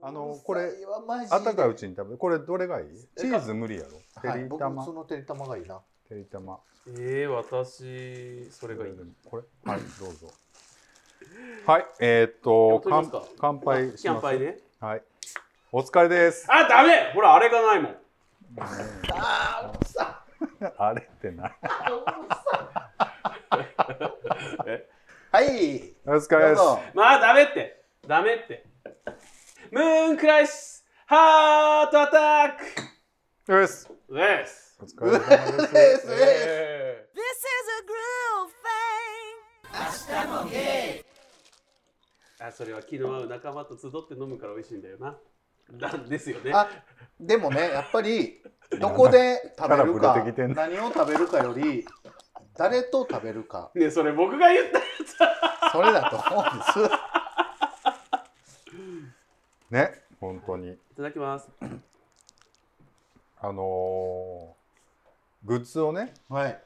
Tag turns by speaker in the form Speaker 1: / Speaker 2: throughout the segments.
Speaker 1: あのこれ
Speaker 2: 根菜はマジで
Speaker 1: あったかいうちに食べるこれどれがいい
Speaker 2: え
Speaker 1: チーズ無理やろ
Speaker 2: は
Speaker 1: て
Speaker 2: い、
Speaker 1: り
Speaker 2: 僕
Speaker 1: たま
Speaker 2: 普通のてりたまがいい な。
Speaker 1: てりたま
Speaker 3: ええ私それがいい
Speaker 1: でもこれはいどうぞはいえーっと
Speaker 3: いや本当ですか
Speaker 1: 乾乾杯します
Speaker 3: キャンパイね
Speaker 1: はいお疲れです
Speaker 3: あダメほらあれがないもん
Speaker 2: あー、さ、
Speaker 1: あれってない
Speaker 2: はい。
Speaker 1: お疲れです
Speaker 2: どうぞ
Speaker 3: まあダメってダメってムーンクライシスハートアタック
Speaker 1: よし
Speaker 3: です
Speaker 1: お疲れ様です
Speaker 2: うえ
Speaker 3: ええ
Speaker 4: This is a groove thing.
Speaker 3: あそれは気の合う仲間と集って飲むから美味しいんだよななんですよね
Speaker 2: あ、でもね、やっぱりどこで食べる
Speaker 1: キャラぶ
Speaker 2: か
Speaker 1: れてきてん、な
Speaker 2: 何を食べるかより誰と食べるか、
Speaker 3: ねそれ僕が言ったやつ
Speaker 2: それだと思うんです。
Speaker 1: ね本当に
Speaker 3: いただきます
Speaker 1: あのーグッズをね
Speaker 2: はい。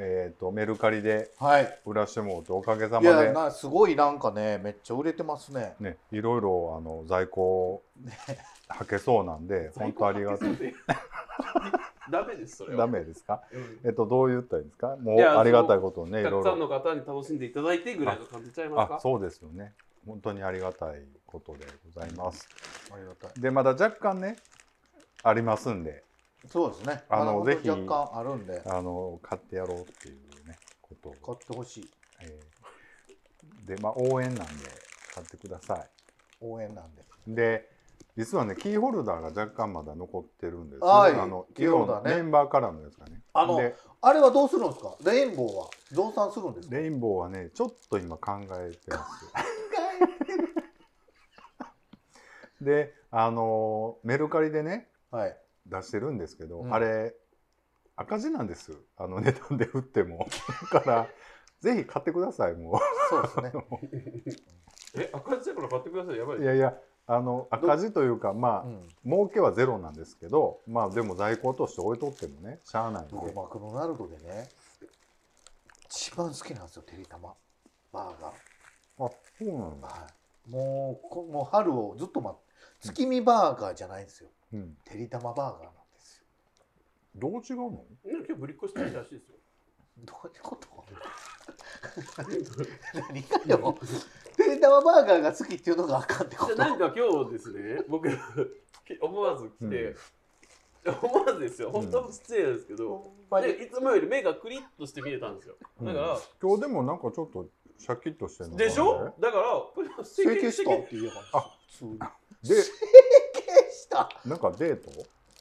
Speaker 1: えー、とメルカリで
Speaker 2: はい。
Speaker 1: 売らしてもうておかげさま
Speaker 2: いや、
Speaker 1: で
Speaker 2: なすごいなんかね、めっちゃ売れてますね。
Speaker 1: ね、いろいろあの在庫はけそうなんで本当ありがたい
Speaker 3: ダメですそれ
Speaker 1: ダ
Speaker 3: は
Speaker 1: メですか
Speaker 3: うん
Speaker 1: えっとどう言ったらいいんですかも
Speaker 3: いうや
Speaker 1: ありがたいことをねい
Speaker 3: た
Speaker 1: ろい
Speaker 3: くさんの
Speaker 1: ろ
Speaker 3: 方に楽しんでいただいてぐらいの感じちゃいま
Speaker 1: あ
Speaker 3: すか
Speaker 1: そうですよね本当にありがたいことでございます
Speaker 2: ありがたい。
Speaker 1: でまだ若干ねありますんで
Speaker 2: そうですね。
Speaker 1: あの
Speaker 2: まだ本当
Speaker 1: ぜひ
Speaker 2: 若干あるんで、
Speaker 1: あの買ってやろうっていうねことを
Speaker 2: 買ってほしい
Speaker 1: えーでまあ応援なんで買ってください
Speaker 2: 応援なんで。
Speaker 1: で実はねキーホルダーが若干まだ残ってるんです、
Speaker 2: はい
Speaker 1: あの
Speaker 2: キーホルダ
Speaker 1: の
Speaker 2: ーね
Speaker 1: メンバーからのやつがね
Speaker 2: あの
Speaker 1: で
Speaker 2: あれはどうするんですか。レインボーは増産するんですか。
Speaker 1: レインボーはねちょっと今考えてますであのメルカリでね
Speaker 2: はい。
Speaker 1: 出してるんですけど、
Speaker 2: うん
Speaker 1: あれ赤字なんですあの値段で売ってもだからぜひ買ってくださいも
Speaker 2: そうですね。
Speaker 3: え赤字だから買ってくださいやばいう
Speaker 1: いやいやあの赤字というかまあ、
Speaker 2: うん。
Speaker 1: 儲けはゼロなんですけどまあでも在庫として置いとってもねしゃあないん
Speaker 2: 僕
Speaker 1: で
Speaker 2: マクドナルドでね、一番好きなんですよ。てりたまバーガー。
Speaker 1: あそうなんだ、
Speaker 2: はい、もうこもう春をずっと待って月見バーガーじゃないんですよ
Speaker 1: うん、
Speaker 2: てりたまバーガーなんですよ
Speaker 1: どう違うの
Speaker 3: 今日ぶりっこしてるらしいですよ
Speaker 2: どういうこと 何がよてりたまバーガーが好きっていうのがあかんってこ
Speaker 3: じゃ
Speaker 2: と
Speaker 3: あなんか今日ですね僕思わず来て、思わずですよ本当に失礼なんですけど、
Speaker 2: ほんまに
Speaker 3: でいつもより目がクリッとして見えたんですよだから、
Speaker 1: うん今日でもなんかちょっとシャキッとしてるのかな
Speaker 3: でしょだからこれは整
Speaker 2: 整
Speaker 3: 形
Speaker 2: 形したっ
Speaker 3: して
Speaker 2: 言えば
Speaker 1: あ
Speaker 2: 普通に
Speaker 1: で
Speaker 2: 整形した
Speaker 1: なんかデート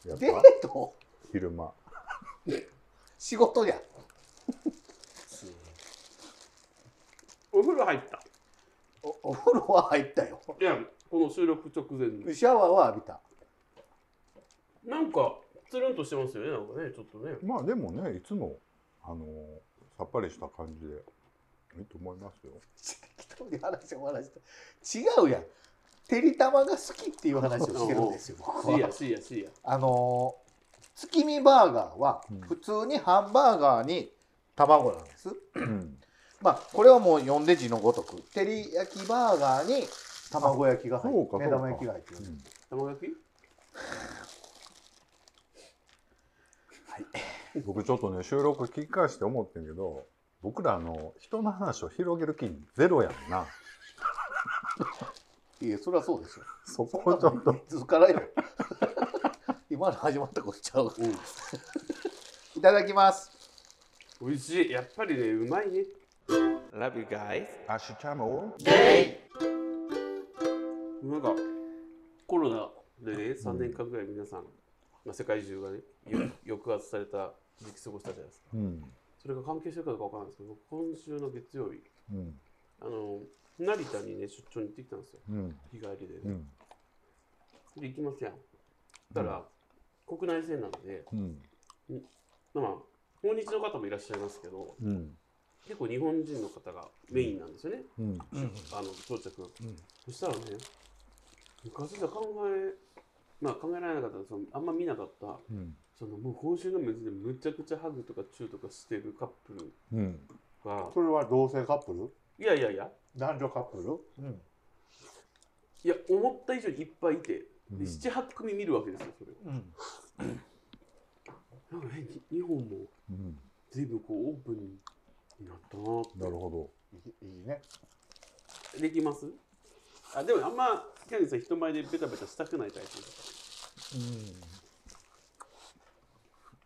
Speaker 1: やっ
Speaker 2: デー
Speaker 1: た
Speaker 2: ト
Speaker 1: 昼間
Speaker 2: 仕事や
Speaker 3: お風呂入った
Speaker 2: おお風呂は入ったよ
Speaker 3: いやこの収録直前に
Speaker 2: シャワーは浴びた
Speaker 3: なんかつるんとしてますよねなんかねちょっとね
Speaker 1: まあでもねいつもあのーさっぱりした感じでいいと思いますよ
Speaker 2: 一人で話を話した違うやんてりたまが好きっていう話をしてるんですよ僕
Speaker 3: シ
Speaker 2: は
Speaker 3: ーヤシーヤシーヤ
Speaker 2: あのー月見バーガーは
Speaker 1: うん
Speaker 2: 普通にハンバーガーに卵なんです、
Speaker 1: うん
Speaker 2: まあこれはもう読んで字のごとく照り焼きバーガーに卵焼きが入
Speaker 1: そう
Speaker 2: っ
Speaker 1: か
Speaker 2: て
Speaker 1: そうか
Speaker 2: 目玉焼きが入ってる、
Speaker 1: うん
Speaker 3: 卵焼き
Speaker 1: 僕ちょっとね収録聞き返して思ってんけど僕らあの人の話を広げる気ゼロやんない
Speaker 2: やそれはそうですよ
Speaker 1: そこをちょっと
Speaker 2: 続からよ 今の始まったことちゃう、いただきます
Speaker 3: 美味しいやっぱりねうまいね Love you guys
Speaker 1: 明日も
Speaker 3: なんかコロナでね3年間ぐらい皆さん、まあ、世界中がね よ抑圧された時期過ごしたじゃないですか
Speaker 1: うん
Speaker 3: それが関係してるかどうかわからないですけど僕今週の月曜日
Speaker 1: うん
Speaker 3: あの成田にね出張に行ってきたんですよ
Speaker 1: うん
Speaker 3: 日帰りで,、ね
Speaker 1: うん
Speaker 3: で行きますやんだから、国内線なので
Speaker 1: うん
Speaker 3: まあ訪日の方もいらっしゃいますけど
Speaker 1: うん
Speaker 3: 結構日本人の方がメインなんですよね、
Speaker 1: うん
Speaker 3: あの到着、
Speaker 1: ん
Speaker 3: そしたらね昔じゃ考えまあ考えられなかったそのあんま見なかった
Speaker 1: うん
Speaker 3: そのもう報酬の水でむちゃくちゃハグとかチューとかしてるカップル
Speaker 1: うん
Speaker 3: が
Speaker 2: それは同性カップル
Speaker 3: いやいやいや
Speaker 2: 男女カップル、うん、
Speaker 3: いや思った以上にいっぱいいて、
Speaker 1: うん
Speaker 3: で78組見るわけですよそれを
Speaker 2: うん
Speaker 3: なんかえに日本も
Speaker 1: うん、
Speaker 3: 随分こうオープンになったなぁ
Speaker 1: なるほ
Speaker 2: いいいいね
Speaker 3: できますあでもあんまキャンディーさん人前でベタベタしたくないタイプ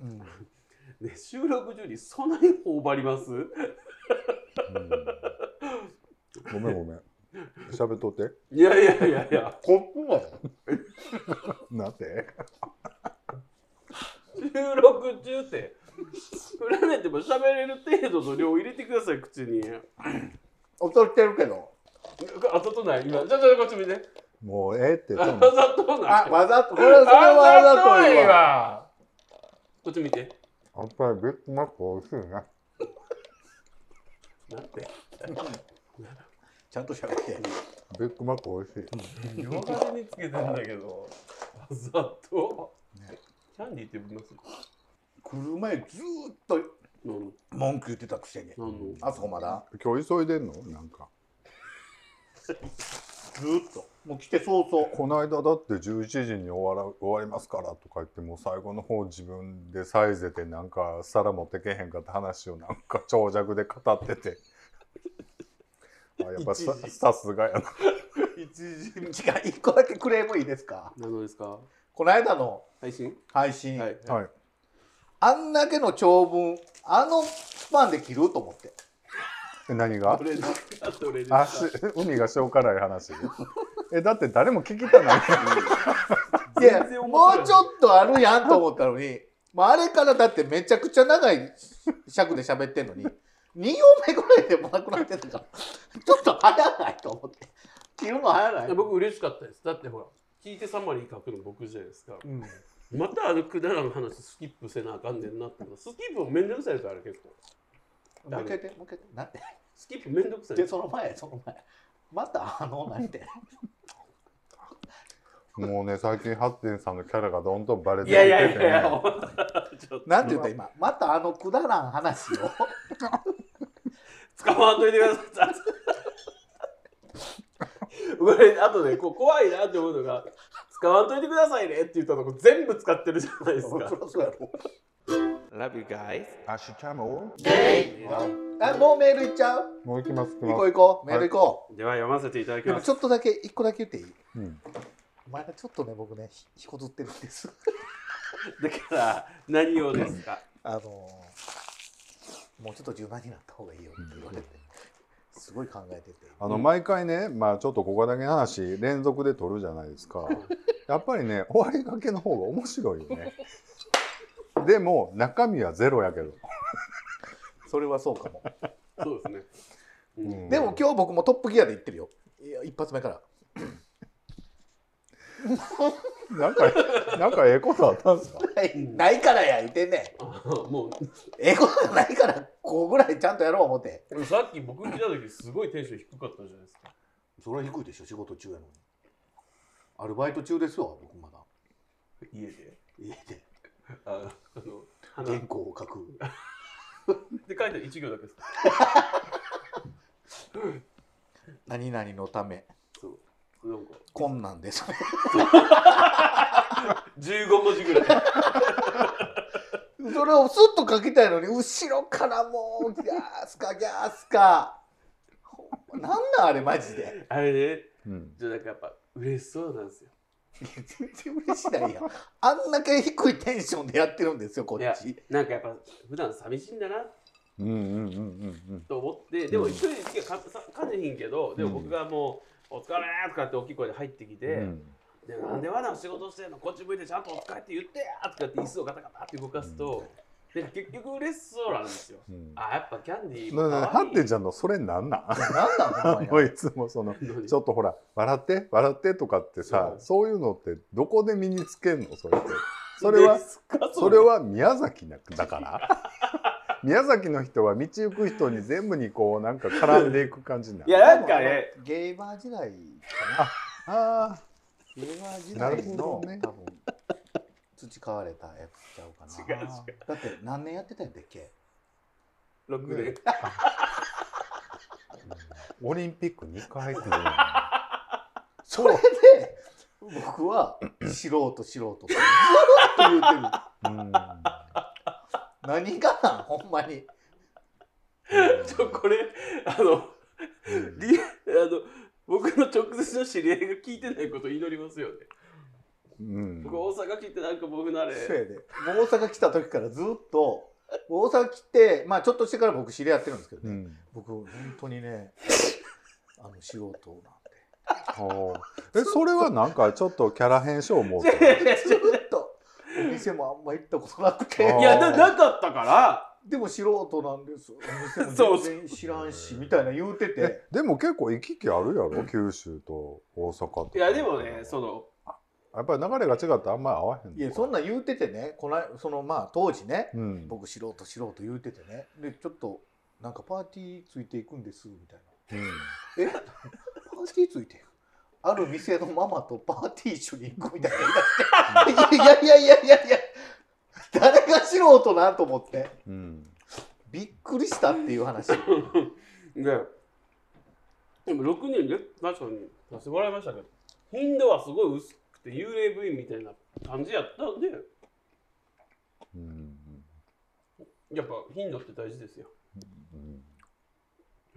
Speaker 2: うん、うん、
Speaker 3: ね収録中にそんなに頬張ります
Speaker 1: ど、うん、ごめんごめん喋っとって
Speaker 3: いやいやいやいや
Speaker 2: コップがよ
Speaker 1: なんて
Speaker 3: 収録中って 振られても喋れる程度の量入れてください口に
Speaker 2: 劣ってるけど
Speaker 3: あざとない今ちょっとこっち見て
Speaker 1: もうええって
Speaker 3: あ
Speaker 1: 多分
Speaker 3: ざとない
Speaker 2: あわざとこれはそれはわざといわ
Speaker 3: わこっち見て
Speaker 1: やっぱりビッグマック美味しいね
Speaker 3: なんて
Speaker 2: ちゃんと喋って
Speaker 1: ビッグマック美味しい
Speaker 3: 両端につけてんだけどわざとキャンディーって言います
Speaker 2: 来る前ずーっと
Speaker 3: うん
Speaker 2: 文句言ってたくせに
Speaker 3: 何の
Speaker 2: あそこまだ
Speaker 1: 今日急いでんのなんか
Speaker 2: ずーっともう来て早々
Speaker 1: この間だって11時に終わら終わりますからとか言ってもう最後の方自分でサイゼでなんか皿持ってけへんかって話をなんか長尺で語っててあやっぱさ
Speaker 3: 一時
Speaker 1: さすがやな
Speaker 3: 一時
Speaker 2: 違う一個だけクレームいいですか
Speaker 3: 何のですか
Speaker 2: この間の
Speaker 3: 配信
Speaker 2: 配信、
Speaker 3: はい
Speaker 1: はい
Speaker 2: あんだけの長文あのスパンで切ると思って
Speaker 1: え何が
Speaker 3: どれですかどれです
Speaker 1: あ
Speaker 3: か
Speaker 1: し海が塩辛い話えだって誰も聞きたない
Speaker 2: いや
Speaker 3: 全然面
Speaker 2: も
Speaker 3: 白いう
Speaker 2: ちょっとあるやんと思ったのに もうあれからだってめちゃくちゃ長い尺で喋ってんのに2行目ぐらいでもなくなってたから ちょっと早ないと思って切るの早ない
Speaker 3: いや僕嬉しかったですだってほら聞いてサマリー書くの僕じゃないですか
Speaker 2: うん
Speaker 3: またあのくだらん話スキップせなあかんねんなってスキップもめんどくさいですあれ結構
Speaker 2: もう一回言ってもう一回言ってなんで
Speaker 3: スキップめんどくさい
Speaker 2: で
Speaker 3: です
Speaker 2: その前その前またあの何て
Speaker 1: もうね最近ハッテンさんのキャラがどんどんバレて
Speaker 3: い
Speaker 1: きて
Speaker 3: や
Speaker 1: て
Speaker 3: いやいやい
Speaker 1: ね
Speaker 3: やちょっと
Speaker 2: なんて言った今またあのくだらん話を
Speaker 3: 捕まんといてくださいこれあとねこう怖いなって思うのが使わんといてくださいねって言ったとこ全部使ってるじゃないです
Speaker 2: そりゃ
Speaker 3: か
Speaker 2: そうやろ
Speaker 3: Love you guys
Speaker 1: あしちゃんも
Speaker 2: あもうメールいっちゃう
Speaker 1: もう行きます行き
Speaker 2: 行
Speaker 1: ます
Speaker 2: こう行こうメール行こ
Speaker 3: では読ませていただ
Speaker 2: う、
Speaker 3: き
Speaker 2: で
Speaker 3: ま
Speaker 2: も
Speaker 3: す
Speaker 2: ちょっとだけ一個だけ言っていい
Speaker 1: うん
Speaker 2: お前がちょっとね僕ねひひこずってるんです
Speaker 3: だから何をですか
Speaker 2: あのーもうちょっと柔軟になった方がいいよって言われてすごい考えてて
Speaker 1: あの毎回ね、まあ、ちょっとここだけの話連続で撮るじゃないです かやっぱりね終わりがけの方が面白いよねでも中身はゼロやけど、
Speaker 2: それはそうかも
Speaker 3: そうですね、うん
Speaker 2: でも今日僕もトップギアで行ってるよいや一発目から
Speaker 1: なんかなんかええことあったん ですか
Speaker 2: ない ないからや言ってんねん
Speaker 3: も
Speaker 2: ええことがないからこうぐらいちゃんとやろう思って
Speaker 3: うさっき僕来た時すごいテンション低かったじゃないですか
Speaker 2: それは低いでしょ仕事中やのにアルバイト中ですよ僕まだ
Speaker 3: 家で
Speaker 2: 家で
Speaker 3: ああの花
Speaker 2: 原
Speaker 3: で
Speaker 2: 稿を書く
Speaker 3: 書いて一行だけです
Speaker 2: 何々のため
Speaker 3: そうなんか
Speaker 2: 困難ですね
Speaker 3: 15文字ぐらい
Speaker 2: それをスッと書きたいのに後ろからもうギャースカギャースカほんまなんなんあれマジで
Speaker 3: あれね
Speaker 1: うん、
Speaker 3: じゃあなんかやっぱ嬉しそうなんですよ
Speaker 2: いや全然嬉しないやんあんだけ低いテンションでやってるんですよこ
Speaker 3: いや
Speaker 2: っち
Speaker 3: なんかやっぱ普段寂しいんだな
Speaker 1: うんうんうんうん
Speaker 3: と思ってでも一人でしかかさかねひんけどでも僕がもう「お疲れ!」とかって大きい声で入ってきて
Speaker 1: う
Speaker 3: 「
Speaker 1: ん
Speaker 3: でなんでわな仕事してんのこっち向いてちゃんとお疲れって言ってや!」とかって椅子をガタガタって動かすと、で結局嬉しそうなんですよ。
Speaker 1: うん
Speaker 3: あやっぱキャンディー
Speaker 1: なななハ
Speaker 3: 可愛
Speaker 1: ッテンちゃんのそれなんなん
Speaker 2: なんなんほん ま
Speaker 1: もう
Speaker 2: に
Speaker 1: いつもその
Speaker 3: いのに
Speaker 1: ちょっとほら笑って笑ってとかってさ、
Speaker 3: うん
Speaker 1: そういうのってどこで身につけんのそ れってそれは
Speaker 3: ですか
Speaker 1: それは宮崎なだから 宮崎の人は道行く人に全部にこうなんか絡んでいく感じにない
Speaker 3: やなんかね
Speaker 2: ゲーバー時代か
Speaker 1: ああ
Speaker 2: なゲーバー時
Speaker 1: な
Speaker 2: 代
Speaker 1: るほ
Speaker 2: の、
Speaker 1: どね
Speaker 2: 多分培われたやつちゃうかな
Speaker 3: 違う違
Speaker 2: だって何年やってたんやったっけ
Speaker 3: 6年
Speaker 1: オリンピック2回って
Speaker 2: それで僕 は素人素人ってずーっと言うてる
Speaker 1: うん
Speaker 2: 何がなんほんまに
Speaker 3: ちょこれあの
Speaker 1: うん
Speaker 3: リあの僕の直接の知り合いが聞いてないことを祈りますよね。
Speaker 1: うん
Speaker 3: 僕大阪来てなんか僕のあれ
Speaker 2: せやでもう大阪来た時からずっと大阪来てまあちょっとしてから僕知り合ってるんですけど
Speaker 1: う
Speaker 2: ね、
Speaker 1: ん
Speaker 2: 僕本当にねあの素人なんで
Speaker 1: おーえそれはなんかちょっとキャラ変性もうてる
Speaker 2: ずっとお店もあんま行ったことなくて
Speaker 1: あー
Speaker 3: いやななかったから
Speaker 2: でも素人なんですお店
Speaker 3: そ
Speaker 2: も
Speaker 3: うそう
Speaker 2: 全然知らんしみたいな言うてて
Speaker 1: えでも結構行き来あるやろ九州と大阪とか
Speaker 3: いやでもねその
Speaker 1: やっぱり流れが違ってあんまり合わへんの
Speaker 2: いやそんなん言うててねこないそのまあ当時ね
Speaker 1: うん
Speaker 2: 僕素人素人言うててねでちょっとなんかパーティーついていくんですみたいな
Speaker 1: う
Speaker 2: えパーティーついてるある店のママとパーティー一緒に行くみたいないやいやいやいやいや誰が素人なんと思って
Speaker 1: んうん
Speaker 2: びっくりしたっていう話
Speaker 3: ででも6人で確かに出してもらいましたけど頻度はすごい薄くて幽霊部員みたいな感じやったんで
Speaker 1: うん
Speaker 3: やっぱ頻度って大事ですよ。
Speaker 1: うん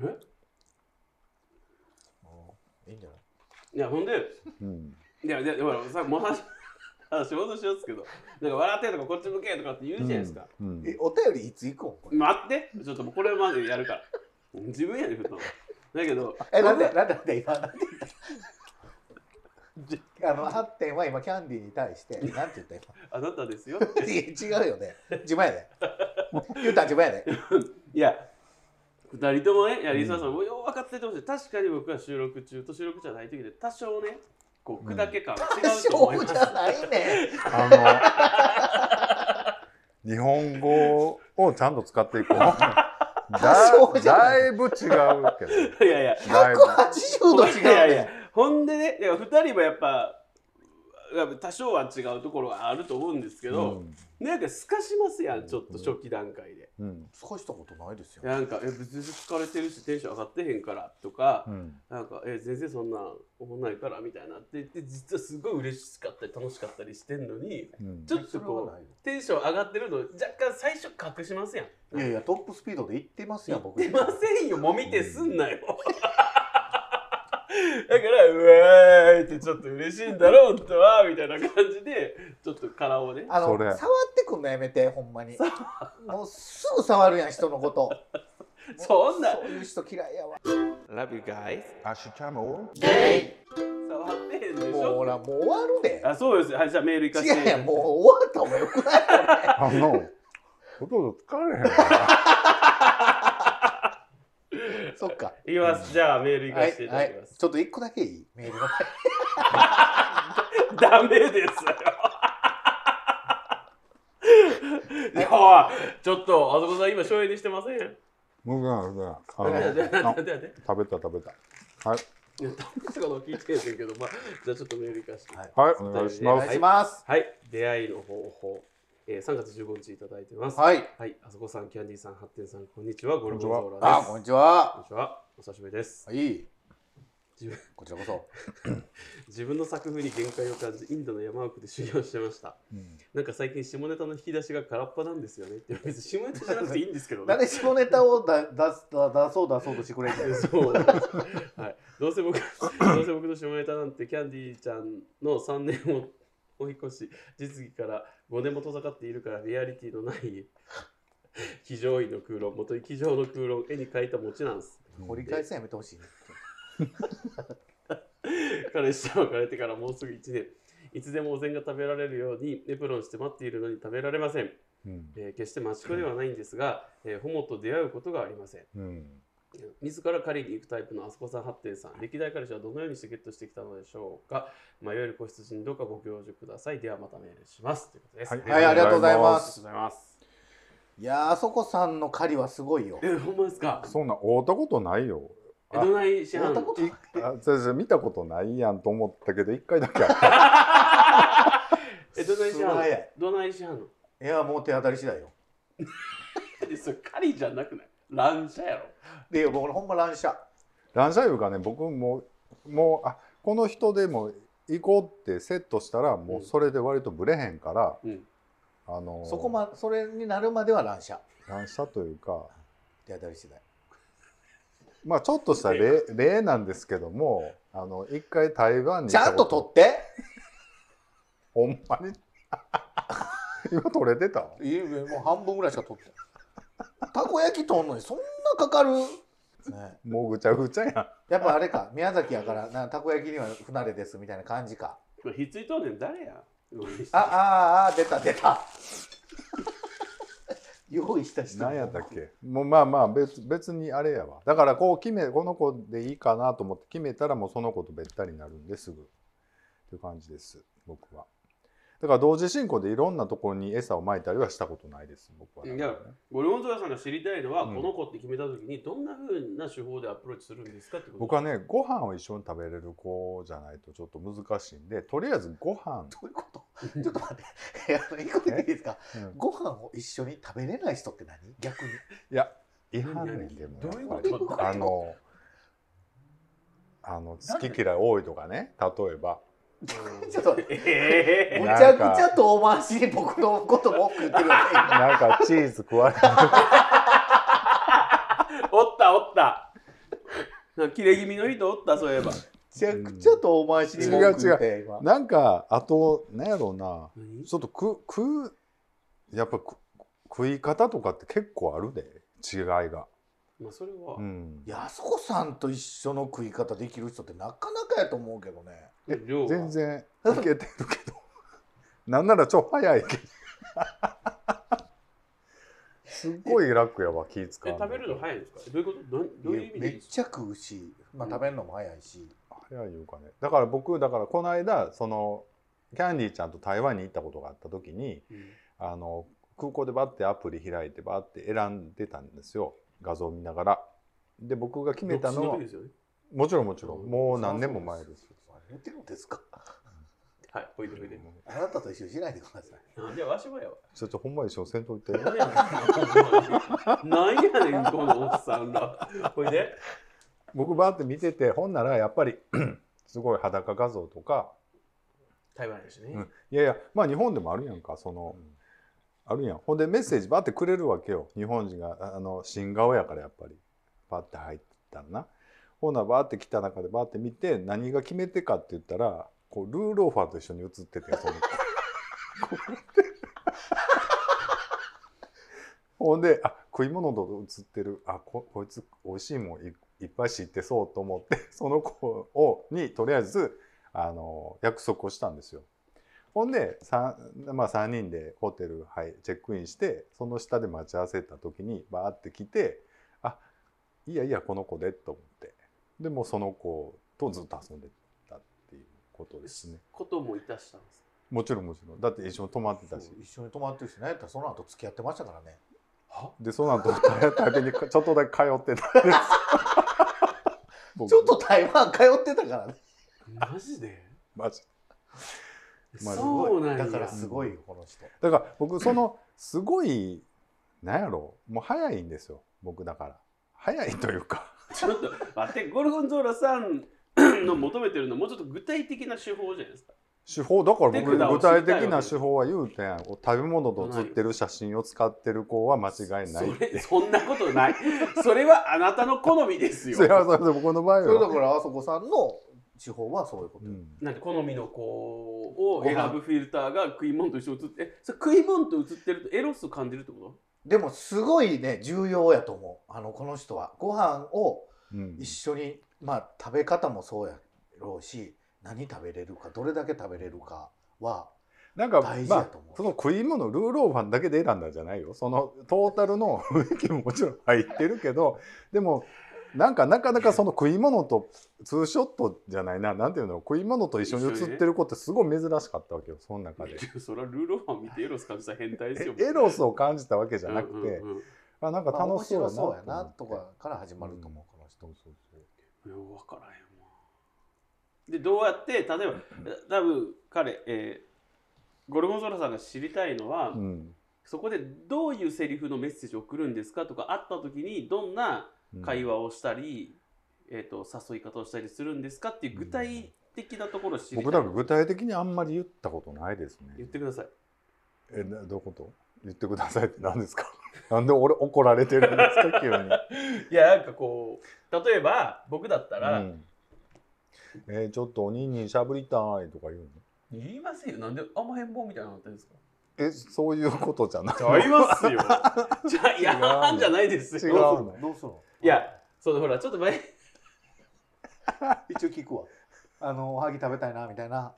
Speaker 3: え
Speaker 2: いいんじゃない
Speaker 3: いやほんで
Speaker 1: うん
Speaker 3: いやででもさもう話話戻しますけどなんか笑ってとかこっち向けとかって言うじゃないですか。
Speaker 1: うん
Speaker 2: えお便りいつ行くんこれ
Speaker 3: 待ってちょっともうこれまでやるから自分やで振ったのだけど
Speaker 2: えなんでなんでなんで今なんで言ったあの発展は今キャンディーに対してなんて言った
Speaker 3: あなたですよって
Speaker 2: 今いや違うよね自前やで言うたん自前やで
Speaker 3: いや2人ともねいやリサさんもよう分かっててほしい確かに僕は収録中と収録じゃない時で多少ねこう砕け感違うと思い
Speaker 2: そう
Speaker 3: ます、
Speaker 2: じゃないね
Speaker 1: あの日本語をちゃんと使っていこう。
Speaker 2: そう
Speaker 1: だ
Speaker 2: じゃない
Speaker 1: だいぶ違うけど。
Speaker 3: いやいや
Speaker 1: だいぶ
Speaker 2: 180度違う
Speaker 3: いやい
Speaker 2: ね
Speaker 3: やほんでねいや2人もやっぱやっぱ多少は違うところはあると思うんですけど、なんかすかしますやんちょっと初期段階で、
Speaker 1: うんうん
Speaker 2: 少したことないですよ
Speaker 3: なんかえ別に疲れてるしテンション上がってへんからとか、
Speaker 1: うん
Speaker 3: なんか「え全然そんなん思んないから」みたいなって言って実はすごい嬉しかったり楽しかったりしてんのに
Speaker 1: うん
Speaker 3: ちょっとこうテンション上がってるの若干最初隠しますやん。
Speaker 2: いやいやトップスピードで行ってます
Speaker 3: 言
Speaker 2: よ
Speaker 3: っ
Speaker 2: 僕
Speaker 3: てませんよもみ手すんなよ。だから「うわーい」ってちょっと嬉しいんだろうとはみたいな感じでちょっと殻をね。
Speaker 2: あの
Speaker 1: そ
Speaker 2: 触
Speaker 1: れ
Speaker 2: ってくんのやめてほんまにもうすぐ触るやん人のこと
Speaker 3: そんな
Speaker 2: そういう人嫌いやわ
Speaker 3: Love you guys
Speaker 1: 明日も
Speaker 3: 触ってへんでし
Speaker 2: もうほ
Speaker 3: ょ。
Speaker 2: らもう終わるで
Speaker 3: あそうですよはいじゃあメールいかせ
Speaker 2: 違う
Speaker 3: て。
Speaker 2: やんもう終わった方がよく ない
Speaker 1: あのほとんど疲れへんわ
Speaker 2: そっか
Speaker 3: いきますじゃあメールいか
Speaker 2: は
Speaker 3: せてい
Speaker 2: い、
Speaker 3: ただ
Speaker 2: は
Speaker 3: き
Speaker 2: い
Speaker 3: ます、。
Speaker 2: ちょっと一個だけいいメールの
Speaker 3: ダメですよ。 いやおいちょっとあそこさん今省エネしてません。
Speaker 1: 無理だ無理だあ
Speaker 3: 待って待って
Speaker 1: の
Speaker 3: 待
Speaker 1: あ
Speaker 3: って待って
Speaker 1: 食べた食べたはい
Speaker 3: いやダメですかの聞いてるんですけど、まあじゃあちょっとメールいかして。
Speaker 2: は
Speaker 3: はいい、
Speaker 1: はいお願いしま
Speaker 2: お
Speaker 1: す
Speaker 2: 願いします
Speaker 3: 出会いの方法、えー、3月15日いただいてます。はい、
Speaker 2: はい、
Speaker 3: あそこさん、キャンディーさん、ハッテンさん、こんにちは、ゴルゴゾーラ
Speaker 2: あ
Speaker 3: です。
Speaker 2: こんにち
Speaker 3: こん
Speaker 2: は
Speaker 3: にちは、お久しぶりです。
Speaker 2: いい
Speaker 3: 自分
Speaker 2: こちらこそ
Speaker 3: 自分の作風に限界を感じ、インドの山奥で修行してました。
Speaker 1: うん
Speaker 3: なんか最近下ネタの引き出しが空っぽなんですよねって別に下ネタじゃなくていいんですけど
Speaker 2: なん
Speaker 3: ね。
Speaker 2: で下ネタをだ出すだ出そう出そうとしてくれんねん
Speaker 3: そう、はい、どうせ僕どうせ僕の下ネタなんてキャンディーちゃんの3年を追い越し実技から5年も遠ざかっているからリアリティのない机上位の空論元機上の空論絵に描いた餅なんです
Speaker 2: 掘り返すのやめてほしいね
Speaker 3: 彼氏と別れてからもうすぐ1年いつでもお膳が食べられるようにエプロンして待っているのに食べられません、
Speaker 1: うん
Speaker 3: えー決してマシコではないんですが、えーホモと出会うことがありません
Speaker 1: うん
Speaker 3: 自ら狩りに行くタイプのあそこさん発展さん歴代彼氏はどのようにしてゲットしてきたのでしょうか迷える子羊にどうかご教授くださいではまたメールしますということです
Speaker 1: はい
Speaker 2: はいありがとうございま
Speaker 3: ありがとう
Speaker 2: す
Speaker 3: ございます
Speaker 2: いやーあそこさんの狩りはすごいよ
Speaker 3: えほんまですか
Speaker 1: そんなん会うたことないよ
Speaker 3: えどない市
Speaker 2: 会った
Speaker 3: 販
Speaker 2: こと
Speaker 1: あ先生見たことないやんと思ったけど一回だ けあった
Speaker 3: えどない市
Speaker 2: すごい早
Speaker 3: 販
Speaker 2: い
Speaker 3: どない市販の
Speaker 2: いやもう手当たり次第よ
Speaker 3: えそれ狩りじゃなくない乱射やろ
Speaker 2: でもうほんま乱射
Speaker 1: ランシャイブがね僕ももうあこの人でも行こうってセットしたらもうそれで割とブレへんから、
Speaker 3: うん
Speaker 1: あの
Speaker 2: そこまそれになるまでは乱射
Speaker 1: 乱射というか
Speaker 2: 手当たり次第
Speaker 1: まあちょっとした例例なんですけどもあの一回台湾に
Speaker 2: ちゃんと取って
Speaker 1: ほんまに 今取れてた
Speaker 2: いいよもう半分ぐらいしか取ってないたこ焼き取んのにそんなかかる、ね、
Speaker 1: もうぐちゃぐちゃやん
Speaker 2: やっぱあれか宮崎やからなたこ焼きには不慣れですみたいな感じか
Speaker 3: まあ、ひっついとんねん誰や
Speaker 2: ああああ出た出た用意した人
Speaker 1: 何やったっけもうまあまあ別別にあれやわだからこう決めこの子でいいかなと思って決めたらもうその子とべったりになるんですぐっていう感じです僕はだから同時進行でいろんなところに餌をまいたりはしたことないです僕は、
Speaker 3: いやゴルゴンゾーラさんが知りたいのは、
Speaker 1: うん
Speaker 3: この子って決めた時にどんなふうな手法でアプローチするんですかってこと
Speaker 1: 僕はねご飯を一緒に食べれる子じゃないとちょっと難しいんでとりあえずご飯
Speaker 2: どういうこと ちょっと待って、あの一個だけいいですか。
Speaker 1: うん
Speaker 2: ご飯を一緒に食べれない人って何？逆に。
Speaker 1: いや違反ねんでもやっぱり
Speaker 3: どういうこと
Speaker 1: あのあの好き嫌い多いとかね例えば
Speaker 3: うん
Speaker 2: ちょっ と待って
Speaker 3: ええ
Speaker 2: ぐちゃぐちゃ遠回しに僕のこと文句言ってるんで
Speaker 1: なんかチーズ食われる
Speaker 3: おったおったなんか切れ気味の人おったそういえば
Speaker 2: す よ。めちゃくちゃ遠回しに文句言って今。
Speaker 1: なんかあとなんやろうな
Speaker 3: 何
Speaker 1: ちょっとく食うやっぱく食い方とかって結構あるで違いが、
Speaker 3: まあそれは、
Speaker 1: うん
Speaker 2: い、やあそこさんと一緒の食い方できる人ってなかなかやと思うけどね。
Speaker 1: え
Speaker 3: 量は
Speaker 1: 全然いけてるけど なんならちょ早いけどすっごい楽やわ気使
Speaker 3: え
Speaker 1: う
Speaker 3: 食べるの
Speaker 1: 早い
Speaker 3: 早いんですかどういうことどうどういう意味
Speaker 2: め
Speaker 3: で
Speaker 2: っちゃ食うし、まあ食べるのも早いし。
Speaker 1: 早いいうかねだから僕だからこの間そのキャンディーちゃんと台湾に行ったことがあった時にあの空港でバッてアプリ開いてバッて選んでたんですよ画像見ながら。で僕が決めたのは
Speaker 3: 独身時ですよね
Speaker 1: もちろんもちろんもう何年も
Speaker 2: そ
Speaker 1: 前
Speaker 2: うそ
Speaker 1: で
Speaker 2: うですす。あれ言ってるんですか。
Speaker 3: はいほいでほいで
Speaker 2: あなたと一緒にしないでください。
Speaker 3: なんでわしもやわ
Speaker 1: ちょっとほんまに一緒せんといて
Speaker 3: なんやねんなんやねんこのおっさんらほいで
Speaker 1: 僕バーって見ててほんならやっぱり すごい裸画像とか
Speaker 3: 台湾やしね、
Speaker 1: うんいやいやまあ日本でもあるやんかその、あるやんほんでメッセージバーってくれるわけよ日本人がああの新顔やからやっぱりバーって入ってたらなほんならバーって来た中でバーって見て何が決めてかって言ったらこうルーローファーと一緒に写っててその ほんであ食い物と写ってるあここいつ美味しいもんいいっぱい知ってそうと思ってその子をにとりあえずあの約束をしたんですよ。ほんで、さんまあ、3人でホテル、はい、チェックインしてその下で待ち合わせた時にバーって来てあいいやいいやこの子でと思ってでもうその子とずっと遊んでたっていうことですね
Speaker 3: こともいたしたんです
Speaker 1: もちろんもちろんだって一緒に泊まってたし
Speaker 2: そう一緒に泊まってるし、ね、その後付き合ってましたからね。
Speaker 3: は
Speaker 1: でその後台北に ちょっとだけ通ってた んです僕
Speaker 2: ちょっと台湾通ってたからね。
Speaker 3: マジで
Speaker 1: マジまあ
Speaker 3: そうなんや
Speaker 2: だからすごいよこの人。
Speaker 1: だから僕そのすごいなんやろもう早いんですよ僕だから早いというか
Speaker 3: ちょっと待ってゴルゴンゾーラさん の求めてるのもうちょっと具体的な手法じゃないですか
Speaker 1: 手法だから
Speaker 3: 手
Speaker 1: 僕
Speaker 3: 札を
Speaker 1: 具
Speaker 3: 知りたいわ
Speaker 1: 体
Speaker 3: け
Speaker 1: 的な手法は言うてん食べ物と写ってる写真を使ってる子は間違いない
Speaker 3: それそんなことないそれはあなたの好みですよ
Speaker 1: それはそれで僕の場合
Speaker 2: それ
Speaker 1: は
Speaker 2: だ、からあそこさんの地方はそういうこと
Speaker 1: う
Speaker 2: よ、
Speaker 1: ん、
Speaker 3: なんか好みの子を選ぶフィルターが食い物と一緒に映ってえそれ食い物と映ってるとエロスを感じるってこ
Speaker 2: でもすごいね重要やと思うあのこの人はご飯を
Speaker 1: うん
Speaker 2: 一緒に、まあ食べ方もそうやろうし何食べれるかどれだけ食べれるかは
Speaker 1: なんか
Speaker 2: 大事
Speaker 1: ま
Speaker 2: や
Speaker 1: あ
Speaker 2: と思う
Speaker 1: その食い物ルーローファンだけで選んだんじゃないよそのトータルの雰囲気ももちろん入ってるけどでもなんかなかなかその食い物とツーショットじゃないななんていうの食い物と一緒に写ってる子ってすごい珍しかったわけよその中
Speaker 3: と
Speaker 1: で
Speaker 3: それはルーローファン見てエロス感じたら変態ですよ
Speaker 1: えエロスを感じたわけじゃなくて、
Speaker 3: うんうんうん
Speaker 1: あなんか
Speaker 2: まあ
Speaker 1: 楽しそうやな
Speaker 2: 面白そうやな
Speaker 1: と
Speaker 2: と
Speaker 1: 思って
Speaker 2: かから始まると思う、この人
Speaker 1: そうそうそう
Speaker 3: いや分からへんわでどうやって例えば多分彼、えーゴルゴンゾーラさんが知りたいのは、
Speaker 1: うん
Speaker 3: そこでどういうセリフのメッセージを送るんですかとか会った時にどんな会話をしたり、えー、と誘い方をしたりするんですかっていう具体的なところを知りたい
Speaker 1: 僕なんか具体的にあんまり言ったことないです
Speaker 3: 言
Speaker 1: ね
Speaker 3: っ。てください
Speaker 1: え、などういうこと言ってくださいって何ですか なんで俺怒られてるんですか急に。
Speaker 3: いやなんかこう例えば僕だったら、
Speaker 1: うんえーちょっとおにんにんしゃぶりたいとか言うの
Speaker 3: 言いませんよなんで甘えん坊みたいになってるんですか
Speaker 1: えそういうことじゃない
Speaker 3: ちゃいます よじゃいや
Speaker 1: 違うの
Speaker 3: あんじゃないです
Speaker 1: 違
Speaker 3: よ
Speaker 1: う
Speaker 2: どうする
Speaker 1: の
Speaker 2: のどうするの
Speaker 3: いやそのほらちょっと前
Speaker 2: 一応聞くわあのおはぎ食べたいなみたい な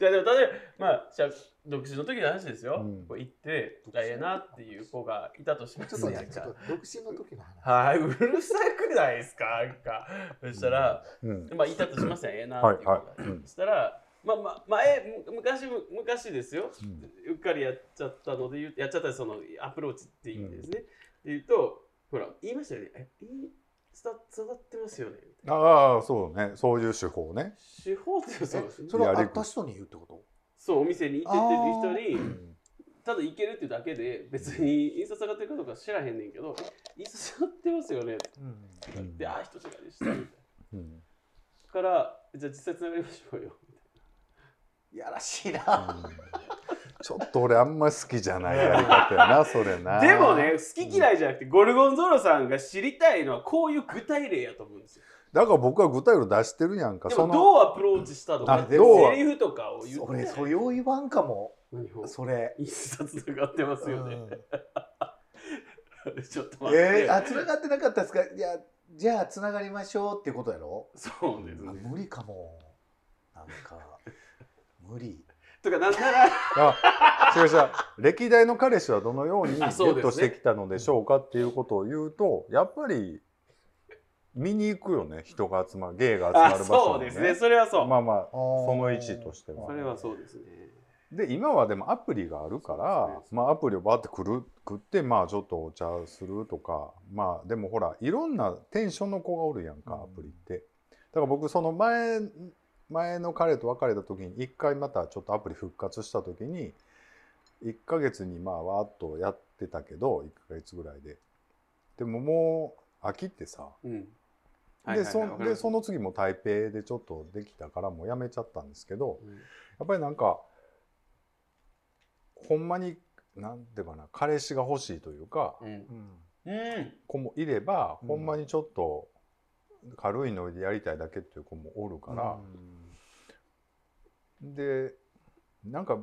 Speaker 3: じゃあでも例えばまあしゃ独身の時の話ですよ、
Speaker 1: うん
Speaker 3: こう行ってええなっていう子がいたとしま
Speaker 2: ちょっ
Speaker 3: す
Speaker 2: と
Speaker 3: よ
Speaker 2: や
Speaker 3: な
Speaker 2: っ
Speaker 3: ん
Speaker 2: ちゃ
Speaker 3: か
Speaker 2: う独身の時の話
Speaker 3: はい、うるさくないですかなんかそしたら、
Speaker 1: うん
Speaker 3: まあいたとしますよええなっていう子が、
Speaker 1: はいはいうん
Speaker 3: そしたらまあまあ前む昔む昔ですよ
Speaker 1: うん
Speaker 3: うっかりやっちゃったので言うやっちゃったそのアプローチって意味ですね、で言うとほら言いましたよねえいい伝わ伝わってますよねみたいな
Speaker 1: ああそうねそういう手法ね。
Speaker 3: 手法ってそうです
Speaker 2: え
Speaker 3: ね
Speaker 2: それ
Speaker 1: い
Speaker 2: は
Speaker 1: や
Speaker 2: あ
Speaker 1: リク
Speaker 2: った人に言うってこと
Speaker 3: そうお店に行ってってる人に
Speaker 1: うん
Speaker 3: ただ行けるっていうだけで別に印刷上がってるかどうか知らへんねんけど印刷上がってますよねって
Speaker 1: うん
Speaker 3: でああ人違いでしたみたいな
Speaker 1: うん
Speaker 3: からじゃあ実際つながりましょうよ
Speaker 2: いやらしいな
Speaker 1: ちょっと俺あんま好きじゃないやり方やなそれな。
Speaker 3: でもね好き嫌いじゃなくてゴルゴンゾーロさんが知りたいのはこういう具体例やと思うんですよ
Speaker 1: だから僕は具体を出してるやんか
Speaker 3: で
Speaker 1: そ
Speaker 3: も
Speaker 1: の
Speaker 3: どうアプローチしたと
Speaker 1: あ
Speaker 3: かセ
Speaker 1: でも
Speaker 3: リフとかを言って
Speaker 2: 俺それよう言わんかも
Speaker 3: 何を
Speaker 2: それ
Speaker 3: 印刷つながってますよね、ちょっと待って、
Speaker 2: えー、あ繋がってなかったですかいやじゃあ繋がりましょうってことやろ
Speaker 3: そうです
Speaker 2: あ
Speaker 3: ね
Speaker 2: 無理かもなんか 無理
Speaker 3: とかなんなら
Speaker 1: あ違う違う歴代の彼氏はどのようにゲ
Speaker 3: あそう
Speaker 1: ッ
Speaker 3: です
Speaker 1: ト
Speaker 3: ね
Speaker 1: してきたのでしょうかっていうことを言うとやっぱり見に行くよね人が集まる芸が集ま
Speaker 3: あ
Speaker 1: る場
Speaker 3: そ
Speaker 1: 所
Speaker 3: う
Speaker 1: に
Speaker 3: ですねそれはそう、
Speaker 1: まあまあ
Speaker 2: その
Speaker 1: の位置としては
Speaker 3: それはそうですね
Speaker 1: で今はでもアプリがあるから、
Speaker 3: そうです
Speaker 1: まあ、アプリをバーってくる食ってまあちょっとお茶するとかまあでもほらいろんなテンションの子がおるやんか
Speaker 2: うん
Speaker 1: アプリって、だから僕その前前の彼と別れた時に一回またちょっとアプリ復活した時に1ヶ月にまあわーっとやってたけど1ヶ月ぐらいででももう飽きてさ
Speaker 3: うん
Speaker 1: でそんでそ
Speaker 3: の、
Speaker 1: の次も台北でちょっとできたからもうやめちゃったんですけど、
Speaker 3: うん
Speaker 1: やっぱりなんかほんまになんていうかな彼氏が欲しいというか
Speaker 3: うん
Speaker 2: うん
Speaker 3: うん
Speaker 1: 子もいれば、
Speaker 2: うん
Speaker 1: ほんまにちょっと軽いノリでやりたいだけっていう子もおるから、でなんか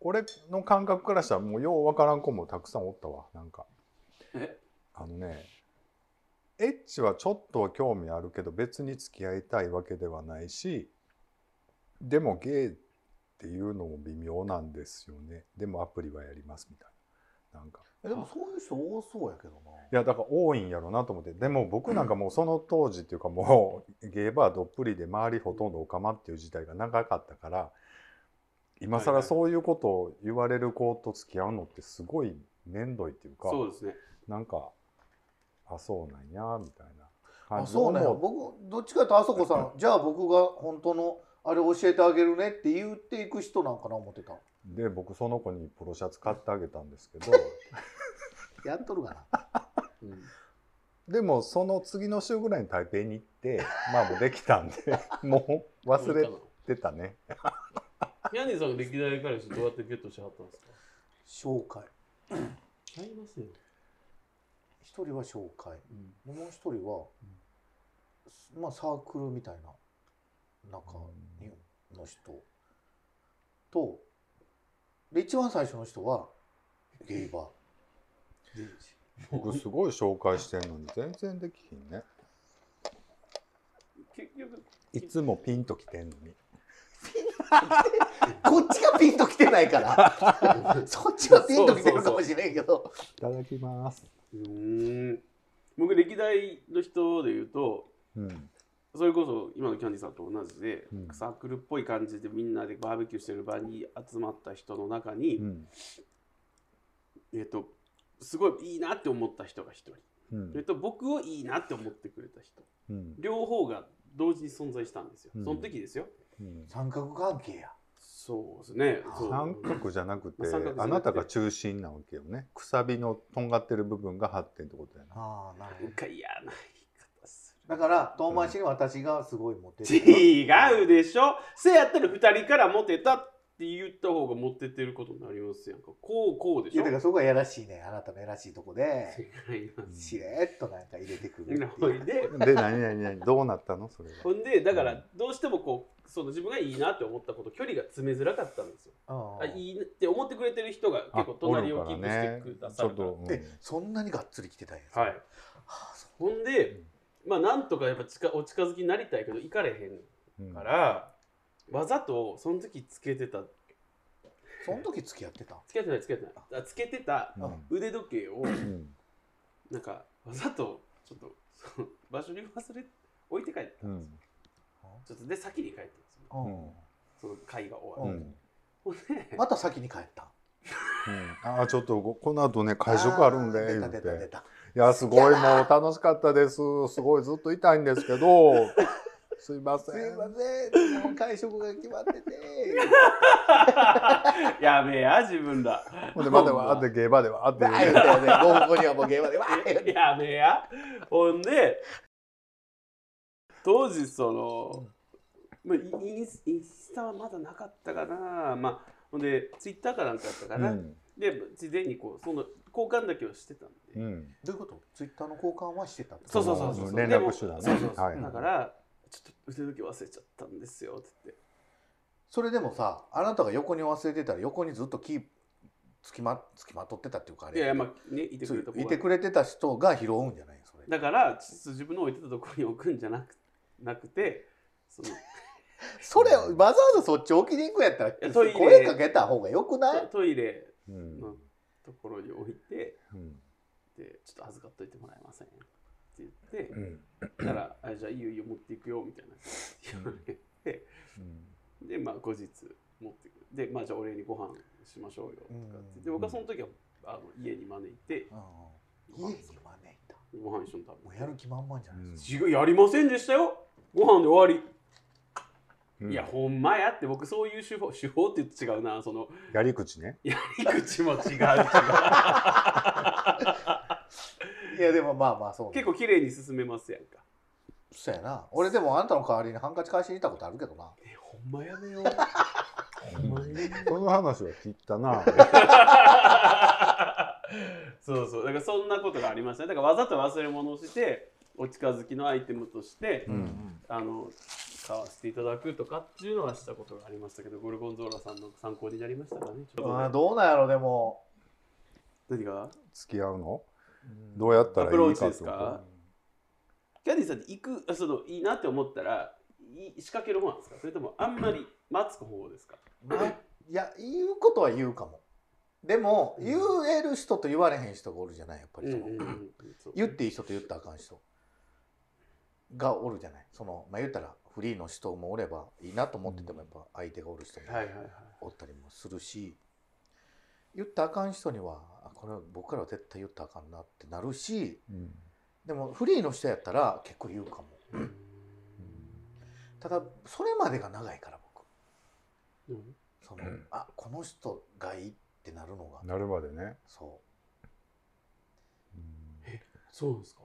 Speaker 1: 俺の感覚からしたらもうようわからん子もたくさんおったわなんか
Speaker 3: え
Speaker 1: あのねエッチはちょっとは興味あるけど別に付き合いたいわけではないしでもゲイっていうのも微妙なんですよねでもアプリはやりますみたいななんか
Speaker 2: えでもそういう人多そうやけどない
Speaker 1: やだから多いんやろなと思ってでも僕なんかもうその当時っていうかもうゲーバーどっぷりで周りほとんどオカマっていう時代が長かったから今
Speaker 3: はいは
Speaker 1: 更
Speaker 3: い
Speaker 1: そういうことを言われる子と付き合うのってすごい面倒いっていうか
Speaker 3: そうですね
Speaker 1: なんかあそうなんやみたいな
Speaker 2: あ
Speaker 1: 感じで
Speaker 2: そうね
Speaker 1: 思う
Speaker 2: 僕どっちかとあそこさ んじゃあ僕が本当のあれ教えてあげるねって言っていく人なんかな思ってた
Speaker 1: で僕その子にプロシャツ買ってあげたんですけど
Speaker 2: やっとるかな
Speaker 3: うん
Speaker 1: でもその次の週ぐらいに台北に行ってまあもうできたんで もう忘れてたね
Speaker 3: キャンディーさんが歴代彼氏どうやってゲットしはったんですか
Speaker 2: 紹介
Speaker 3: ちゃいますよ、
Speaker 2: 一人は紹介
Speaker 3: うん
Speaker 2: もう一人は、まあサークルみたいな中にの人とで一番最初の人はゲイバー
Speaker 1: 僕すごい紹介してんのに全然できひんね
Speaker 3: 結局
Speaker 1: いつもピンときてんのに
Speaker 2: こっちがピンときてないから そっちがピンときてるかもしれんけど
Speaker 1: いただきます
Speaker 3: うーん僕歴代の人で言うと
Speaker 1: うん
Speaker 3: それこそ今のキャンディーさんと同じで、
Speaker 1: うん
Speaker 3: サークルっぽい感じでみんなでバーベキューしてる場に集まった人の中に、
Speaker 1: うん
Speaker 3: えっ、とすごいいいなって思った人が一人、
Speaker 1: うん
Speaker 3: えっと僕をいいなって思ってくれた人
Speaker 1: うん
Speaker 3: 両方が同時に存在したんですよ、
Speaker 1: うん
Speaker 3: その時ですよ
Speaker 1: うん
Speaker 2: 三角関係や
Speaker 3: そうですねそう
Speaker 1: 三角じゃなくて
Speaker 3: まあ三角じゃなくて
Speaker 1: あなたが中心なわけよねくさびのとんがってる部分が発展ってことやな
Speaker 2: ああなるほど
Speaker 3: なんか嫌な言い方する
Speaker 2: だから遠回しに私がすごいモテる
Speaker 3: 違うでしょせやったら2人からモテたって言った方がモテてることになりますやんかこうこうで
Speaker 2: い
Speaker 3: し
Speaker 2: や
Speaker 3: ょ
Speaker 2: だからそこがやらしいねあなたのやらしいとこで
Speaker 3: 違います
Speaker 2: しれっとなんか入れてくるって
Speaker 3: ほ
Speaker 2: い
Speaker 3: いうで
Speaker 1: で何々何どうなったのそれ
Speaker 3: ほ
Speaker 1: は
Speaker 3: んでだからどうしてもこうその自分がいいなって思ったこと距離が詰めづらかったんですよ
Speaker 2: うん
Speaker 3: あいいなって思ってくれてる人が結構隣をキープしてくださ
Speaker 1: あお
Speaker 3: る
Speaker 1: る
Speaker 3: か
Speaker 1: かららねちょっと、
Speaker 2: えそんなにがっつり来てたんや
Speaker 3: はいほんでまあなんとかやっぱ近お近づきになりたいけど行かれへ
Speaker 1: うんうん
Speaker 3: んからわざとその時つけてた
Speaker 2: その時付き合ってた
Speaker 3: つけてないつけてないあつけてた
Speaker 1: うん
Speaker 3: 腕時計を
Speaker 1: うん
Speaker 3: なんかわざとちょっと その場所に忘れ置いて帰った
Speaker 1: うん
Speaker 3: ですよ、
Speaker 1: ん
Speaker 3: ちょっとで先に帰ったんですよ
Speaker 2: うん
Speaker 1: うん
Speaker 3: その会が終
Speaker 1: う
Speaker 3: わ
Speaker 1: ん
Speaker 3: る、
Speaker 1: うん
Speaker 3: ほんで
Speaker 2: また先に帰った
Speaker 1: あちょっとここの後ね会食あるんで
Speaker 2: あー出
Speaker 1: 言
Speaker 2: た
Speaker 1: っ
Speaker 2: 出た出
Speaker 1: て
Speaker 2: た
Speaker 1: 「いやすごいもう楽しかったですすごいずっと痛いんですけどすいませ
Speaker 2: すい
Speaker 1: ん
Speaker 2: ませんもう会食が決まってて
Speaker 3: やべえや自分ら
Speaker 1: ほんでまたわーってゲーバーでわーって
Speaker 2: わー言
Speaker 1: 言う
Speaker 2: ったよね5分後にはもう現場でわー言って
Speaker 3: やべえやほんで当時その、まあ、インスインスタはまだなかったかなまあほんでツイッターかなんかやったか
Speaker 1: う
Speaker 3: な、
Speaker 1: ん
Speaker 3: で事前にこうその交換だけをしてたんで、
Speaker 1: うん
Speaker 2: どういうことツイッターの交換はしてたってこと
Speaker 3: そうそうそうそう
Speaker 1: 連絡手段ね
Speaker 3: でもそうそうそう
Speaker 1: はい
Speaker 3: だからちょっと腕時計忘れちゃったんですよって言って
Speaker 2: それでもさあなたが横に忘れてたら横にずっとキーつきまつきまとってたっていうかあれ
Speaker 3: いやいやまあねいてく
Speaker 2: そう
Speaker 3: れた
Speaker 2: いてくれてた人が拾うんじゃないそれ
Speaker 3: だからちょっと自分の置いてたところに置くんじゃなくなくてその
Speaker 2: それわざわざそっち置きに行くんやったら
Speaker 3: やトイレ
Speaker 2: 声かけた方がよくない
Speaker 3: トイレ
Speaker 1: うん
Speaker 3: のところに置いて
Speaker 1: うん
Speaker 3: でちょっと預かっといてもらえませんって言って
Speaker 1: うん
Speaker 3: だからあじゃあいいよいいよ持っていくよみたいな言われて
Speaker 1: うん
Speaker 3: でまあ後日持ってくるでまあじゃあお礼にご飯しましょうよとかって
Speaker 2: うん
Speaker 3: で僕はその時はあの家に招いて
Speaker 2: うんうん家に招いた
Speaker 3: ご飯一緒に食べ
Speaker 2: もうやる気満々じゃないですか、
Speaker 3: 違うやりませんでしたよご飯で終わ
Speaker 1: う
Speaker 3: り、
Speaker 1: ん
Speaker 3: いやほんまやって僕そういう手法手法って言って違うなその
Speaker 1: やり口ね
Speaker 3: やり口も違う違う
Speaker 2: いやでもまあまあそう
Speaker 3: 結構綺麗に進めますやんか
Speaker 2: そうやな俺でもあんたの代わりにハンカチ返しに行ったことあるけどな
Speaker 3: えほんまやめようほんまやめよう
Speaker 1: その話は聞いたな
Speaker 3: そうそうだからそんなことがありましたねだからわざと忘れ物をしてお近づきのアイテムとして、
Speaker 1: うん
Speaker 3: あの買わせていただくとかっていうのはしたことがありましたけどゴルゴンゾーラさんの参考になりましたかねちょっと
Speaker 2: あー
Speaker 3: ね
Speaker 2: どうなんやろでも、
Speaker 3: 何が
Speaker 1: 付き合うのどうやった
Speaker 3: ア
Speaker 1: ら
Speaker 3: プロ
Speaker 1: い
Speaker 3: ー
Speaker 1: い
Speaker 3: チ
Speaker 1: か
Speaker 3: で
Speaker 1: って
Speaker 3: す
Speaker 1: こと
Speaker 3: かキャディさんって行くあそのいいなって思ったらい仕掛ける方なんですかそれともあんまり待つ方ですか
Speaker 2: まあ、いや言うことは言うかもでも、言える人と言われへん人がおるじゃないやっぱりその、
Speaker 3: そう
Speaker 2: 言っていい人と言ったらあかん人がおるじゃないその、まあ、言ったらフリーの人もおればいいなと思っててもやっぱ相手がおる人も
Speaker 3: はいはいはい
Speaker 2: おったりもするし言ったらあかん人にはあこれは僕からは絶対言ったらあかんなってなるし
Speaker 1: うん
Speaker 2: でもフリーの人やったら結構言うかもただそれまでが長いから僕
Speaker 3: うん
Speaker 2: その、あこの人がいいってなるのが
Speaker 1: なるまでね
Speaker 2: そ
Speaker 1: うん
Speaker 3: そうですか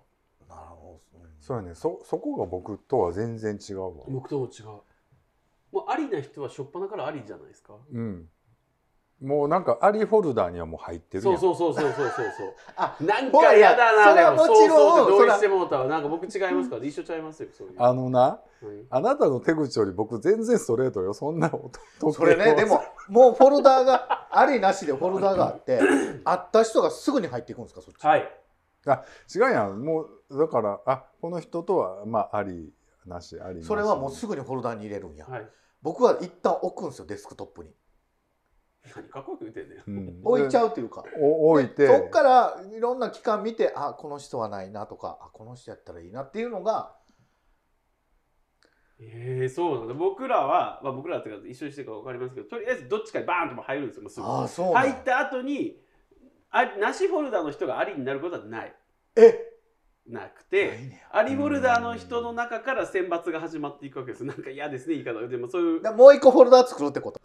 Speaker 2: うなるほど、うん
Speaker 1: そうやねそそこが僕とは全然違うわ
Speaker 3: 僕とも違うもうありな人は初っ端からありじゃないですか
Speaker 1: うんもうなんかアリフォルダーにはもう入ってるやん
Speaker 3: そうそうそうそうそうそう
Speaker 2: あ
Speaker 3: そうなん
Speaker 2: ほら
Speaker 3: かやだな
Speaker 2: それは
Speaker 3: で
Speaker 2: もちろん
Speaker 3: そうそう
Speaker 2: それ
Speaker 3: で同意
Speaker 2: は
Speaker 3: してもうたわなんか僕違いますから一緒ちゃいますよそういう
Speaker 1: あのな
Speaker 3: はい
Speaker 1: あなたの手口より僕全然ストレートよそんな音
Speaker 2: そ れねでももうフォルダーがありなしでフォルダーがあって会った人がすぐに入っていくんですかそっちに、
Speaker 3: はい
Speaker 1: 違うやんもうだからあこの人とはまあありなしありなし
Speaker 2: それはもうすぐにフォルダーに入れるんや、
Speaker 3: はい
Speaker 2: 僕は一旦置くんですよデスクトップに
Speaker 3: 何かっこよく言ってんだよ
Speaker 1: うん
Speaker 2: 置いちゃ
Speaker 1: う
Speaker 2: うというか
Speaker 1: 置いて
Speaker 2: そっからいろんな期間見てあこの人はないなとかあこの人やったらいいなっていうのが
Speaker 3: ええそうなんだ僕らは、まあ、僕らってか一緒にしてるか分かりますけどとりあえずどっちかにバーンとも入るんですよもうすぐ
Speaker 2: ああそうなん
Speaker 3: 入
Speaker 2: や
Speaker 3: った後にあなしフォルダーの人がありになることはない
Speaker 2: え
Speaker 3: なく
Speaker 2: ない
Speaker 3: て
Speaker 2: ねや
Speaker 3: ありフォルダーの人の中から選抜が始まっていくわけですなんか嫌ですね言い方がでもそういう
Speaker 2: だからもう一個フォルダー作るってこと、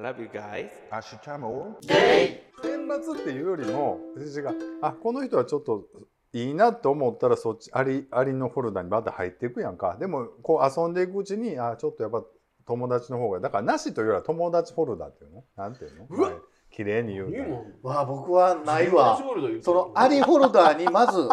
Speaker 3: Love you guys
Speaker 1: 明日も選抜っていうよりも私があこの人はちょっといいなと思ったらそっちアリアリのフォルダにまた入っていくやんかでもこう遊んでいくうちにあちょっとやっぱ友達の方がだからなしというよりは友達フォルダっていうのなんていうの
Speaker 3: うわ
Speaker 1: はい綺麗に言う
Speaker 3: いい
Speaker 1: ね
Speaker 3: もん
Speaker 2: わあ僕はないわ
Speaker 3: ジョージゴールド言うて
Speaker 2: そ
Speaker 3: る
Speaker 2: のアリフォルダーにまず
Speaker 3: うん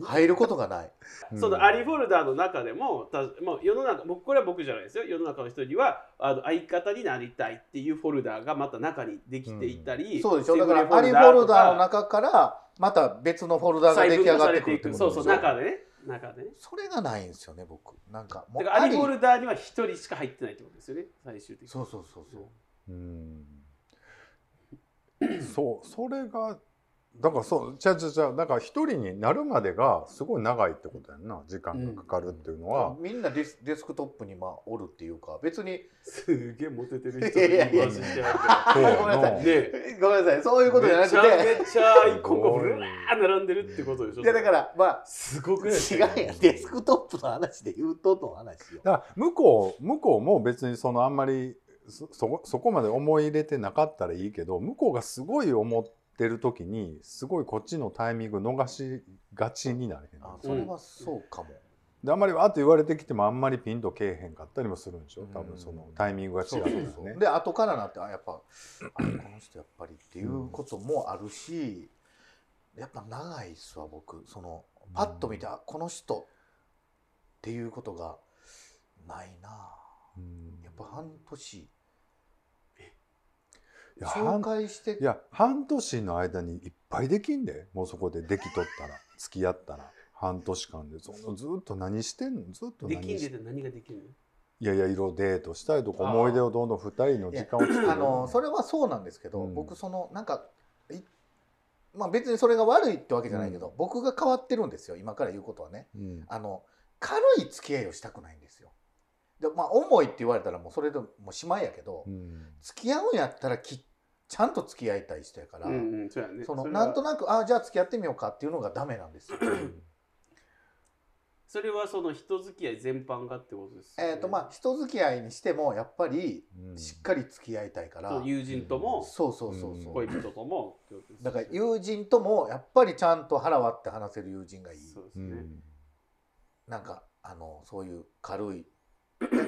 Speaker 2: 入ることがない
Speaker 1: うん
Speaker 3: そのアリフォルダーの中でもたもう世の中僕これは僕じゃないですよ世の中の人にはあの相方になりたいっていうフォルダーがまた中にできていたり、
Speaker 2: そうでしょ
Speaker 3: セ
Speaker 2: だ
Speaker 3: グ
Speaker 2: か
Speaker 3: レ
Speaker 2: らアリフォルダーの中からまた別のフォルダーが
Speaker 3: 細
Speaker 2: 出来
Speaker 3: 分
Speaker 2: 上
Speaker 3: 化
Speaker 2: が
Speaker 3: さ
Speaker 2: って
Speaker 3: れ
Speaker 2: く
Speaker 3: て
Speaker 2: るっ
Speaker 3: い
Speaker 2: て
Speaker 3: く
Speaker 2: こと
Speaker 3: そうそう
Speaker 2: でしょ
Speaker 3: 中でね中でね
Speaker 2: それがないんですよね僕なんかも
Speaker 3: だ
Speaker 2: う
Speaker 3: からアリフォルダーには一人しか入ってないってことですよね最終的に
Speaker 2: そうそうそうそ
Speaker 1: う
Speaker 2: う
Speaker 1: んそうそれがだからそうちゃうちゃうちゃうだから一人になるまでがすごい長いってことやんな時間がかかるっていうのは、
Speaker 2: みんなデスデスクトップにまあおるっていうか別に
Speaker 3: すげえモテてる
Speaker 2: いやいやいや
Speaker 3: 人 にしてあ
Speaker 1: そうや
Speaker 2: ごめんなさ
Speaker 3: る
Speaker 2: い
Speaker 3: ね え
Speaker 2: ごめんなさいそういうことじゃなくて
Speaker 3: めちゃめちゃ一個個ブラー並んでるってことでしょ
Speaker 2: いやだからまあ
Speaker 3: すごくないです
Speaker 2: 違う
Speaker 3: か
Speaker 2: やんデスクトップの話で言うとの話よ
Speaker 1: だから向こう向こうも別にそのあんまりそそこそこまで思い入れてなかったらいいけど向こうがすごい思ってる時にすごいこっちのタイミング逃しがちになれへん
Speaker 2: あ
Speaker 1: の
Speaker 2: それはそうかも、
Speaker 1: であんまりわーって言われてきてもあんまりピンとけえへんかったりもするんでしょ多分そのタイミングが違
Speaker 2: そうう
Speaker 1: か
Speaker 2: そ
Speaker 1: ら
Speaker 2: うそう
Speaker 1: ね。
Speaker 2: で後からなってあやっぱあこの人やっぱりっていうこともあるし、やっぱ長いっすわ僕そのパッと見て、あこの人っていうことがないな
Speaker 1: うん
Speaker 2: やっぱ半年
Speaker 1: いや
Speaker 2: 紹
Speaker 1: 半
Speaker 2: 介して
Speaker 1: いや半年の間にいっぱいできんでもうそこでできとったら付き合ったら半年間でそのずっと何してんのずっと
Speaker 3: で
Speaker 1: 何
Speaker 3: きんで
Speaker 1: して
Speaker 3: て何ができるの
Speaker 1: いやいや色デートしたいとか思い出をどんどん二人の時間を作る
Speaker 2: あのそれはそうなんですけど、
Speaker 1: うん
Speaker 2: 僕そのなんかいまあ別にそれが悪いってわけじゃないけど、僕が変わってるんですよ今から言うことはね
Speaker 1: うん
Speaker 2: あの軽い付き合いをしたくないんですよでまあ重いって言われたらもうそれでもうしまいやけど、
Speaker 1: うん
Speaker 2: 付き合うんやったらきちゃんと付き合いたい人やから、
Speaker 3: うんうんそうやね
Speaker 2: その
Speaker 3: れは
Speaker 2: なんとなくあじゃあ付き合ってみようかっていうのがダメなんですよ
Speaker 3: それはその人付き合い全般がってことですよね
Speaker 2: えっとまあ人付き合いにしてもやっぱり
Speaker 1: うん
Speaker 2: しっかり付き合いたいから、
Speaker 3: そう友人とも
Speaker 2: そうそうそうそう、
Speaker 1: う
Speaker 3: 恋人ともってことです
Speaker 2: だ
Speaker 3: よね
Speaker 2: から友人ともやっぱりちゃんと腹割って話せる友人がいい
Speaker 3: そうです
Speaker 1: う
Speaker 3: ね、
Speaker 1: ん
Speaker 2: なんかあのそういう軽い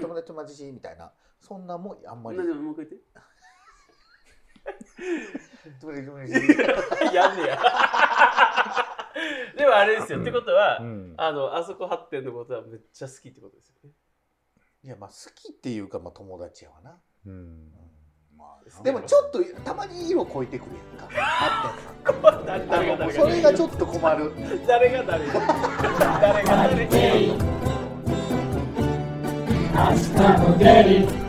Speaker 2: 友達とマジしみたいなそんなもんあんまり
Speaker 3: なんでもう一回言っ
Speaker 2: 友達とマジしみたいな
Speaker 3: て やんねやでもあれですよ、ってことは、
Speaker 1: うん
Speaker 3: あのあそこ発展のことはめっちゃ好きってことですよね
Speaker 2: いやまあ好きっていうかまあ友達やわな、
Speaker 1: うん
Speaker 2: う
Speaker 1: まあ
Speaker 2: ん、でもちょっとたまに色超えてくるやんかあって
Speaker 3: 誰
Speaker 2: あ
Speaker 3: 誰が
Speaker 2: のもう
Speaker 3: 誰
Speaker 2: そ
Speaker 3: が
Speaker 2: れがちょっと困る。
Speaker 3: 誰が誰が誰が誰が
Speaker 5: hasta poder.